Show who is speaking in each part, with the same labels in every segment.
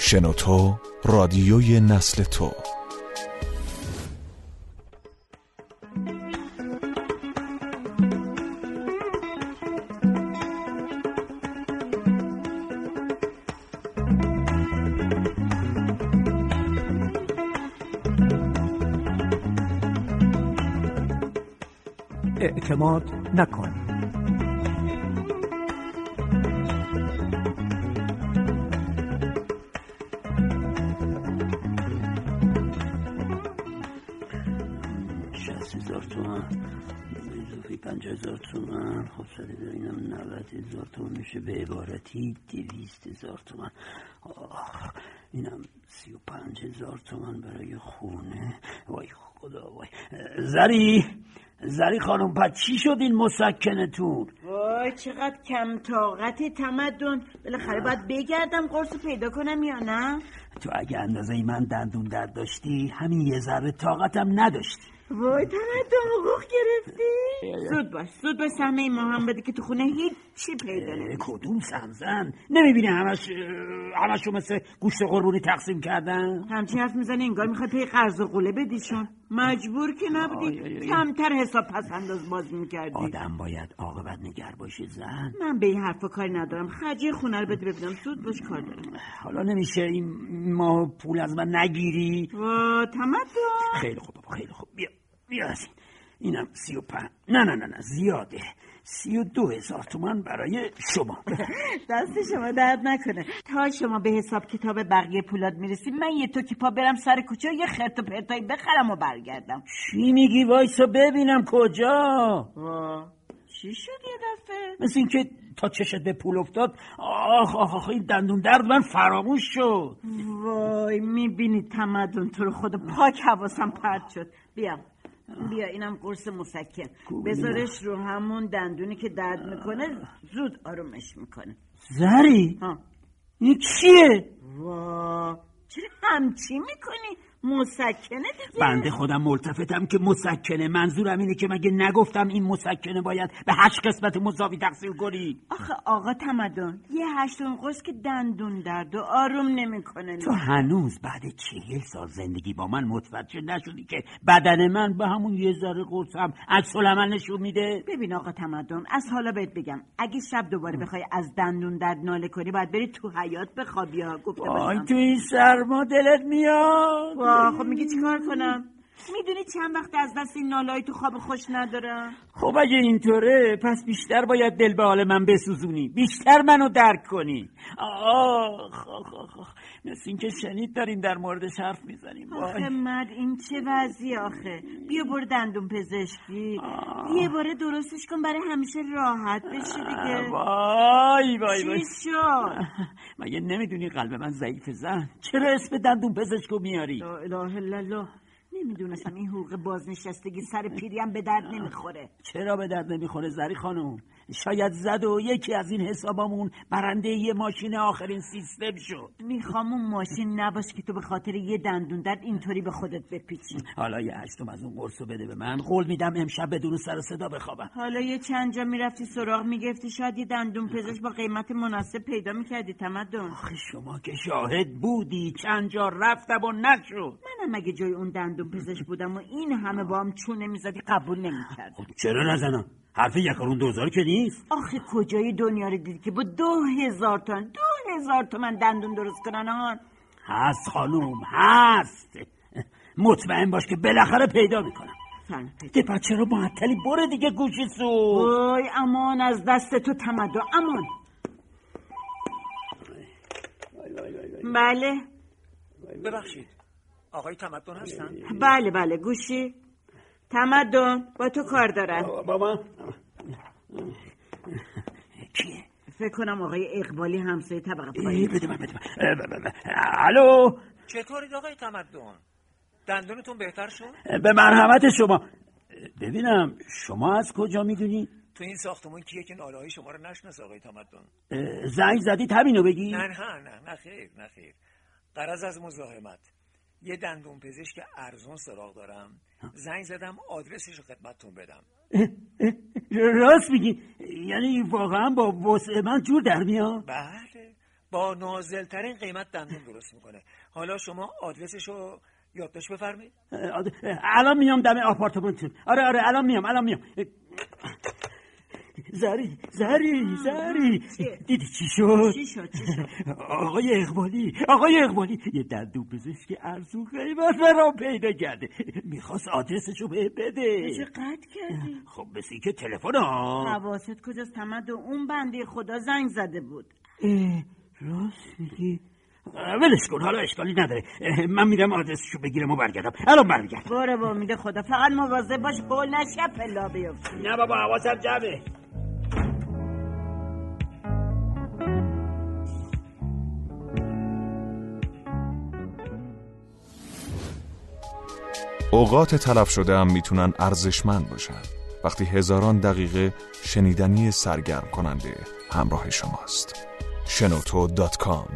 Speaker 1: شنوتو رادیوی نسل تو
Speaker 2: اعتماد نکن
Speaker 3: شست هزار تومن اضافه پنج هزار تومن خب صد هزار اینم نوت هزار تومن میشه به عبارتی دویست هزار تومن آخ اینم سی و پنج هزار تومن برای خونه وای خدا وای زری زری خانم پس چی شد این مسکنتون
Speaker 4: وای چقدر کم طاقت تمدن بالاخره باید بگردم قرص رو پیدا کنم یا نه
Speaker 3: تو اگه اندازه من دندون درد داشتی همین یه ذره طاقتم نداشتی
Speaker 4: وای تمدن حقوق گرفتی زود باش زود باش سهمه ما هم بده که تو خونه هیچی پیدا
Speaker 3: اه،
Speaker 4: نمی
Speaker 3: کدوم سمزن نمیبینی همش همشو مثل گوشت قربونی تقسیم کردن
Speaker 4: همچین حرف میزنه انگار میخوای پی قرض و قوله بدیشون مجبور که
Speaker 3: آی، آی،
Speaker 4: نبودی
Speaker 3: آی.
Speaker 4: کمتر حساب پس انداز باز میکردی
Speaker 3: آدم باید عاقبت نگر باشه زن
Speaker 4: من به این حرفا کاری ندارم خرجی خونه رو بده ببینم زود باش کار دارم
Speaker 3: حالا نمیشه این ماه پول از من نگیری
Speaker 4: وا تمدن
Speaker 3: خیلی خوب بابا خیلی خوب بیا بیا از این اینم سی و پن... نه نه نه نه زیاده سی و دو هزار تومن برای شما
Speaker 4: دست شما درد نکنه تا شما به حساب کتاب بقیه پولات میرسی من یه تو پا برم سر کوچه و یه خرت و پرتایی بخرم و برگردم
Speaker 3: چی میگی وایسا ببینم کجا
Speaker 4: وا چی شد یه دفعه
Speaker 3: مثل اینکه تا چشت به پول افتاد آخ آخ آخ این دندون درد من فراموش شد
Speaker 4: وای میبینی تمدن تو رو خود پاک حواسم پرت شد بیا بیا اینم قرص مسکن بذارش رو همون دندونی که درد میکنه زود آرومش میکنه
Speaker 3: زری
Speaker 4: ها
Speaker 3: این چیه
Speaker 4: وا چرا همچی میکنی مسکنه دیگه
Speaker 3: بنده خودم ملتفتم که مسکنه منظورم اینه که مگه نگفتم این مسکنه باید به هشت قسمت مساوی تقسیم کنی
Speaker 4: آخه آقا تمدن یه هشتون قرص که دندون درد و آروم نمیکنه
Speaker 3: تو هنوز بعد چهل سال زندگی با من متوجه نشدی که بدن من به همون یه ذره قرصم عکس العمل نشون میده
Speaker 4: ببین آقا تمدن از حالا بهت بگم اگه شب دوباره بخوای از دندون درد ناله کنی باید بری تو حیات بخوابی ها گفته
Speaker 3: وای
Speaker 4: باشم
Speaker 3: تو این سرما دلت میاد
Speaker 4: واه، خب میگی چیکار کنم میدونی چند وقت از دست این نالایی تو خواب خوش ندارم
Speaker 3: خب اگه اینطوره پس بیشتر باید دل به حال من بسوزونی بیشتر منو درک کنی آخ آخ آخ, آخ. مثل اینکه شنید داریم در موردش حرف میزنیم
Speaker 4: آخه مرد این چه وضعی آخه بیا برو دندون پزشکی یه باره درستش کن برای همیشه راحت بشی دیگه
Speaker 3: وای وای وای
Speaker 4: چی شد
Speaker 3: مگه نمیدونی قلب من ضعیف زن چرا اسم دندون پزشکو میاری
Speaker 4: لا اله الا الله نمیدونستم این حقوق بازنشستگی سر پیریم به درد نمیخوره
Speaker 3: چرا به درد نمیخوره زری خانم شاید زد و یکی از این حسابامون برنده یه ماشین آخرین سیستم شد
Speaker 4: میخوام اون ماشین نباش که تو به خاطر یه دندون درد اینطوری به خودت بپیچی
Speaker 3: حالا یه هشتم از اون قرصو بده به من قول میدم امشب بدون سر و صدا بخوابم
Speaker 4: حالا یه چند جا میرفتی سراغ میگرفتی شاید یه دندون پزشک با قیمت مناسب پیدا میکردی تمدن
Speaker 3: آخه شما که شاهد بودی چند جا رفتم و نشد
Speaker 4: منم اگه جای اون دندون پزشک بودم و این همه با هم چونه میزدی قبول نمیکرد
Speaker 3: خب چرا نزنم حرف یکارون دوزار که نیست
Speaker 4: آخه کجای دنیا رو دیدی که با دو هزار تومن دو هزار تومن دندون درست کنن آن
Speaker 3: هست خانم هست مطمئن باش که بالاخره پیدا میکنم
Speaker 4: سن پیدا
Speaker 3: ده بچه رو معطلی بره دیگه گوشی سو
Speaker 4: وای امان از دست تو تمدن امان بله
Speaker 5: ببخشید آقای تمدن هستن
Speaker 4: بله بله گوشی تمدن با تو کار دارن
Speaker 3: بابا کیه
Speaker 4: فکر کنم آقای اقبالی همسایه طبقه
Speaker 3: ای،
Speaker 4: پایین
Speaker 3: بده من بده من اه، ب- ب- ب- الو
Speaker 5: چطورید آقای تمدن دندونتون بهتر شد
Speaker 3: به مرحمت شما ببینم شما از کجا میدونی
Speaker 5: تو این ساختمون کیه که ناله های شما رو نشناسه آقای تمدن
Speaker 3: اه، زنگ زدید همینو بگی
Speaker 5: نه نه نه نه خیر نه خیر قرض از مزاحمت یه دندون پزشک ارزون سراغ دارم زنگ زدم آدرسش رو خدمتتون بدم
Speaker 3: راست میگی یعنی واقعا با وسع من جور در میاد
Speaker 5: بله با نازلترین قیمت دندون درست میکنه حالا شما آدرسش رو یادداشت بفرمایید
Speaker 3: اه، آد- اه، الان میام دم آپارتمانتون آره آره الان میام الان میام اه، زری زری زری
Speaker 4: چیه؟
Speaker 3: دیدی چی شد
Speaker 4: چی شد چی شد
Speaker 3: آقای اقبالی آقای اقبالی یه دندون پزشک ارزون قیمت برام پیدا کرده میخواست آدرسش رو بهم بده
Speaker 4: چه قطع کردی
Speaker 3: خب مثل که تلفن ها
Speaker 4: حواست کجاست تمد و اون بنده خدا زنگ زده بود
Speaker 3: اه، راست میگی اه، ولش کن حالا اشکالی نداره اه، من میرم آدرسشو بگیرم و برگردم الان برگردم
Speaker 4: برو با امید خدا فقط مواظب باش قول نشی از پلا بیفتی
Speaker 3: نه بابا حواسم جمعه
Speaker 1: اوقات تلف شده هم میتونن ارزشمند باشن وقتی هزاران دقیقه شنیدنی سرگرم کننده همراه شماست شنوتو دات کام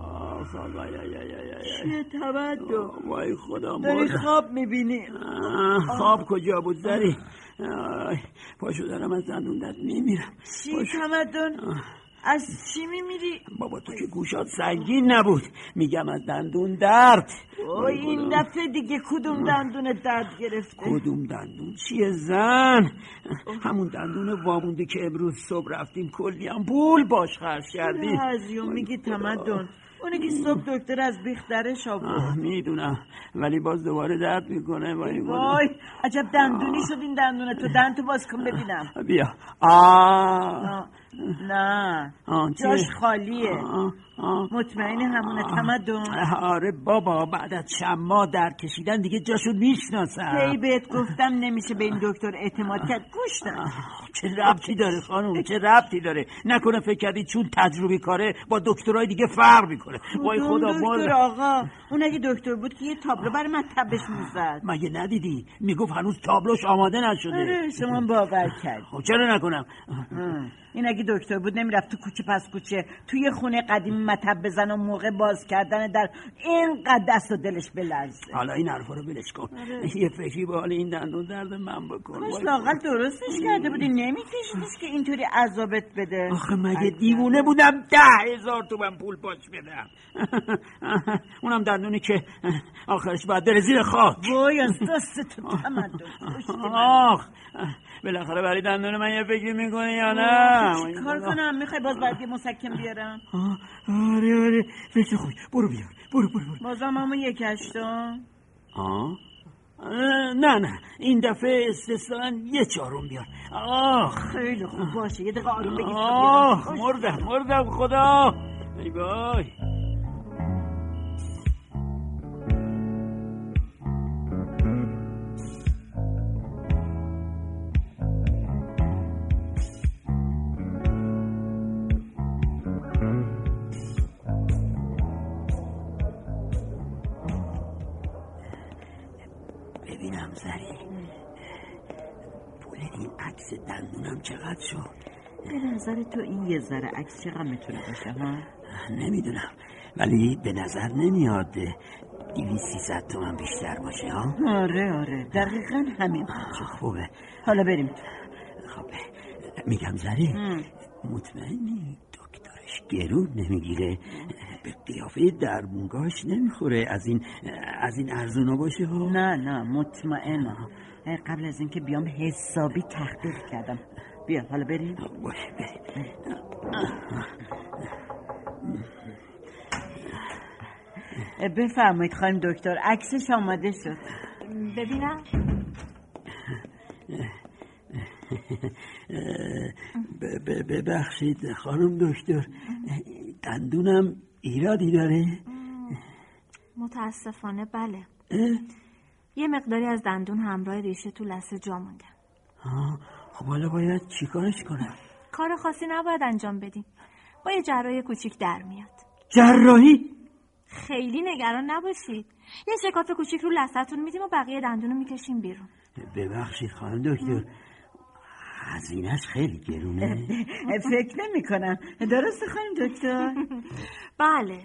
Speaker 3: آخ، آی، آی، آی، آی، آی.
Speaker 4: چیه تمدن
Speaker 3: وای خدا
Speaker 4: داری
Speaker 3: مرد
Speaker 4: خواب میبینی
Speaker 3: خواب کجا بود زری آی، پاشو دارم از دندوندت میمیرم
Speaker 4: چی تمدن از چی میمیری
Speaker 3: بابا تو که گوشات سنگین نبود میگم از دندون درد
Speaker 4: اوه این دفعه دیگه کدوم دندون درد گرفته
Speaker 3: کدوم دندون چیه زن همون دندون وامونده که امروز صبح رفتیم کلی هم پول باش خرج کردی
Speaker 4: هزیون میگی تمدن اونی که صبح دکتر از بیخترش آورد
Speaker 3: آه، میدونم ولی باز دوباره درد میکنه وای خدا.
Speaker 4: وای عجب دندونی شد این دندونه تو دند تو باز کن ببینم
Speaker 3: بیا آه
Speaker 4: آه، نه
Speaker 3: آه، چیه؟
Speaker 4: جاش خالیه
Speaker 3: آه، آه.
Speaker 4: مطمئن همونه تمدن
Speaker 3: آره بابا بعد از چند ماه در کشیدن دیگه جاشون
Speaker 4: هی
Speaker 3: میشناسم
Speaker 4: بهت گفتم نمیشه به این دکتر اعتماد کرد گوش نه
Speaker 3: چه ربطی داره خانم چه ربطی داره نکنه فکر کردی چون تجربی کاره با دکترای دیگه فرق میکنه وای
Speaker 4: کدوم
Speaker 3: خدا
Speaker 4: دکتر
Speaker 3: مال
Speaker 4: آقا اون اگه دکتر بود که یه تابلو بر مطبش میزد
Speaker 3: مگه ندیدی میگفت هنوز تابلوش آماده نشده
Speaker 4: آره شما باور کرد
Speaker 3: خب چرا نکنم
Speaker 4: آه. این اگه دکتر بود نمیرفت تو کوچه پس کوچه توی خونه قدیمی مطب بزن و موقع باز کردن در اینقدر دست و دلش بلرزه
Speaker 3: حالا این حرفا رو ولش کن
Speaker 4: آره.
Speaker 3: یه فکری به حال این دندون درد من بکن
Speaker 4: کاش
Speaker 3: وای.
Speaker 4: لاقل درستش کرده بودی نمیکشیدش که اینطوری عذابت بده
Speaker 3: آخه مگه دیوونه بودم ده هزار تومن پول پاش بدم اونم دندونی که آخرش باید بره زیر خاک
Speaker 4: وای از دست تو تمدن کشتی من.
Speaker 3: آخ بالاخره برای دندون من یه فکری میکنه یا نه
Speaker 4: آخه چی کار کنم میخوای باز باید یه مسکن بیارم
Speaker 3: آه، آره آره فکر خوش برو بیار برو برو برو
Speaker 4: بازم همون یک هشتم
Speaker 3: آه؟ اه، نه نه این دفعه استثنا یه چهارم بیار آخ
Speaker 4: خیلی خوب باشه یه دقیقه آروم بگیر تا بیارم.
Speaker 3: آخ مردم مردم خدا ای بای ببینم زری پول این عکس دندونم چقدر شد
Speaker 4: به نظر تو این یه ذره عکس چقدر میتونه باشه ها
Speaker 3: نمیدونم ولی به نظر نمیاد دیوی سیصد تومن بیشتر باشه ها
Speaker 4: آره آره دقیقا همین
Speaker 3: آه، خوبه
Speaker 4: حالا بریم
Speaker 3: خب میگم زری مطمئنی دکترش گرون نمیگیره به قیافه درمونگاش نمیخوره از این از این ارزونا باشه ها
Speaker 4: نه نه مطمئنم اه، قبل از اینکه بیام حسابی تحقیق کردم بیا حالا بریم
Speaker 3: باشه بریم
Speaker 4: اه، بفرمایید خانم دکتر عکسش آماده شد
Speaker 2: ببینم
Speaker 3: ب- ب- ببخشید خانم دکتر دندونم ایرادی داره
Speaker 2: متاسفانه بله
Speaker 3: اه؟
Speaker 2: یه مقداری از دندون همراه ریشه تو لسه جا موندن
Speaker 3: آه، خب حالا باید چیکارش کنم
Speaker 2: کار خاصی نباید انجام بدیم با یه جراحی کوچیک در میاد
Speaker 3: جراحی
Speaker 2: خیلی نگران نباشید یه شکاف کوچیک رو لثه‌تون میدیم و بقیه دندون رو میکشیم بیرون
Speaker 3: ببخشید خانم دکتر هزینهش خیلی گرونه
Speaker 4: اه، فکر نمی کنم درست خانم دکتر
Speaker 2: بله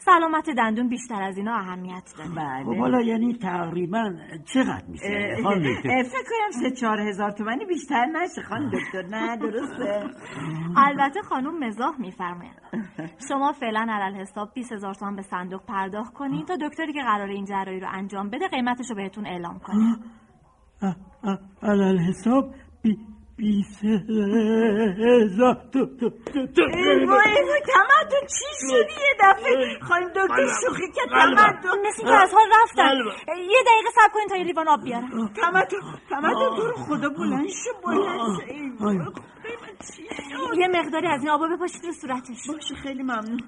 Speaker 2: سلامت دندون بیشتر از اینا اهمیت داره
Speaker 3: خب
Speaker 4: بله
Speaker 3: حالا یعنی تقریبا چقدر میشه
Speaker 4: اه،
Speaker 3: خانم
Speaker 4: اه،
Speaker 3: دکتر
Speaker 4: فکر کنم سه چهار هزار تومنی بیشتر نشه خانم دکتر نه درسته
Speaker 2: البته خانم مزاح میفرمایند شما فعلا علل حساب 20 هزار تومان به صندوق پرداخت کنید تا دکتری که قرار این جراحی رو انجام بده قیمتش رو بهتون اعلام کنه
Speaker 3: علال حساب بی بیست هزار تو تو تو تو
Speaker 4: ایوه ایوه تمدن چی شدی یه دفعه خانم دکتر شوخی که تمدن
Speaker 2: مثل که از حال رفتن
Speaker 3: بله.
Speaker 2: یه دقیقه صبر کنید تا یه لیوان آب بیارم
Speaker 4: تمدن تمدن تو رو خدا بلند شو بلند شو ایوه،
Speaker 3: آی.
Speaker 4: خدای من چی شد؟
Speaker 2: یه مقداری از این آبا بپاشید رو صورتش
Speaker 4: باشه خیلی ممنون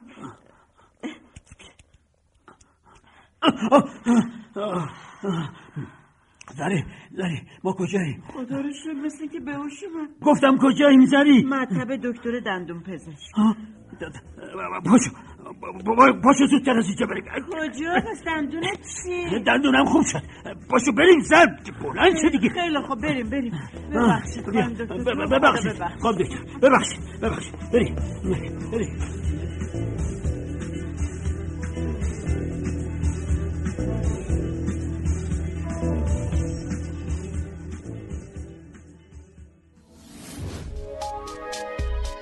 Speaker 3: زری زری ما کجاییم
Speaker 4: خدا رو شد مثل که بهوش من
Speaker 3: گفتم کجاییم زری
Speaker 4: مطب دکتر دندون پزشک
Speaker 3: آه، پاشو پاشو زودتر از اینجا بریم
Speaker 4: کجا پس دندونت چی؟
Speaker 3: دندونم خوب شد پاشو بریم زر بلند شد دیگه
Speaker 4: خیلی خب بریم بریم ببخشید خانم دکتر تو رو خدا
Speaker 3: ببخشید
Speaker 4: ببخش.
Speaker 3: خب دکتر ببخشید ببخشید بریم بریم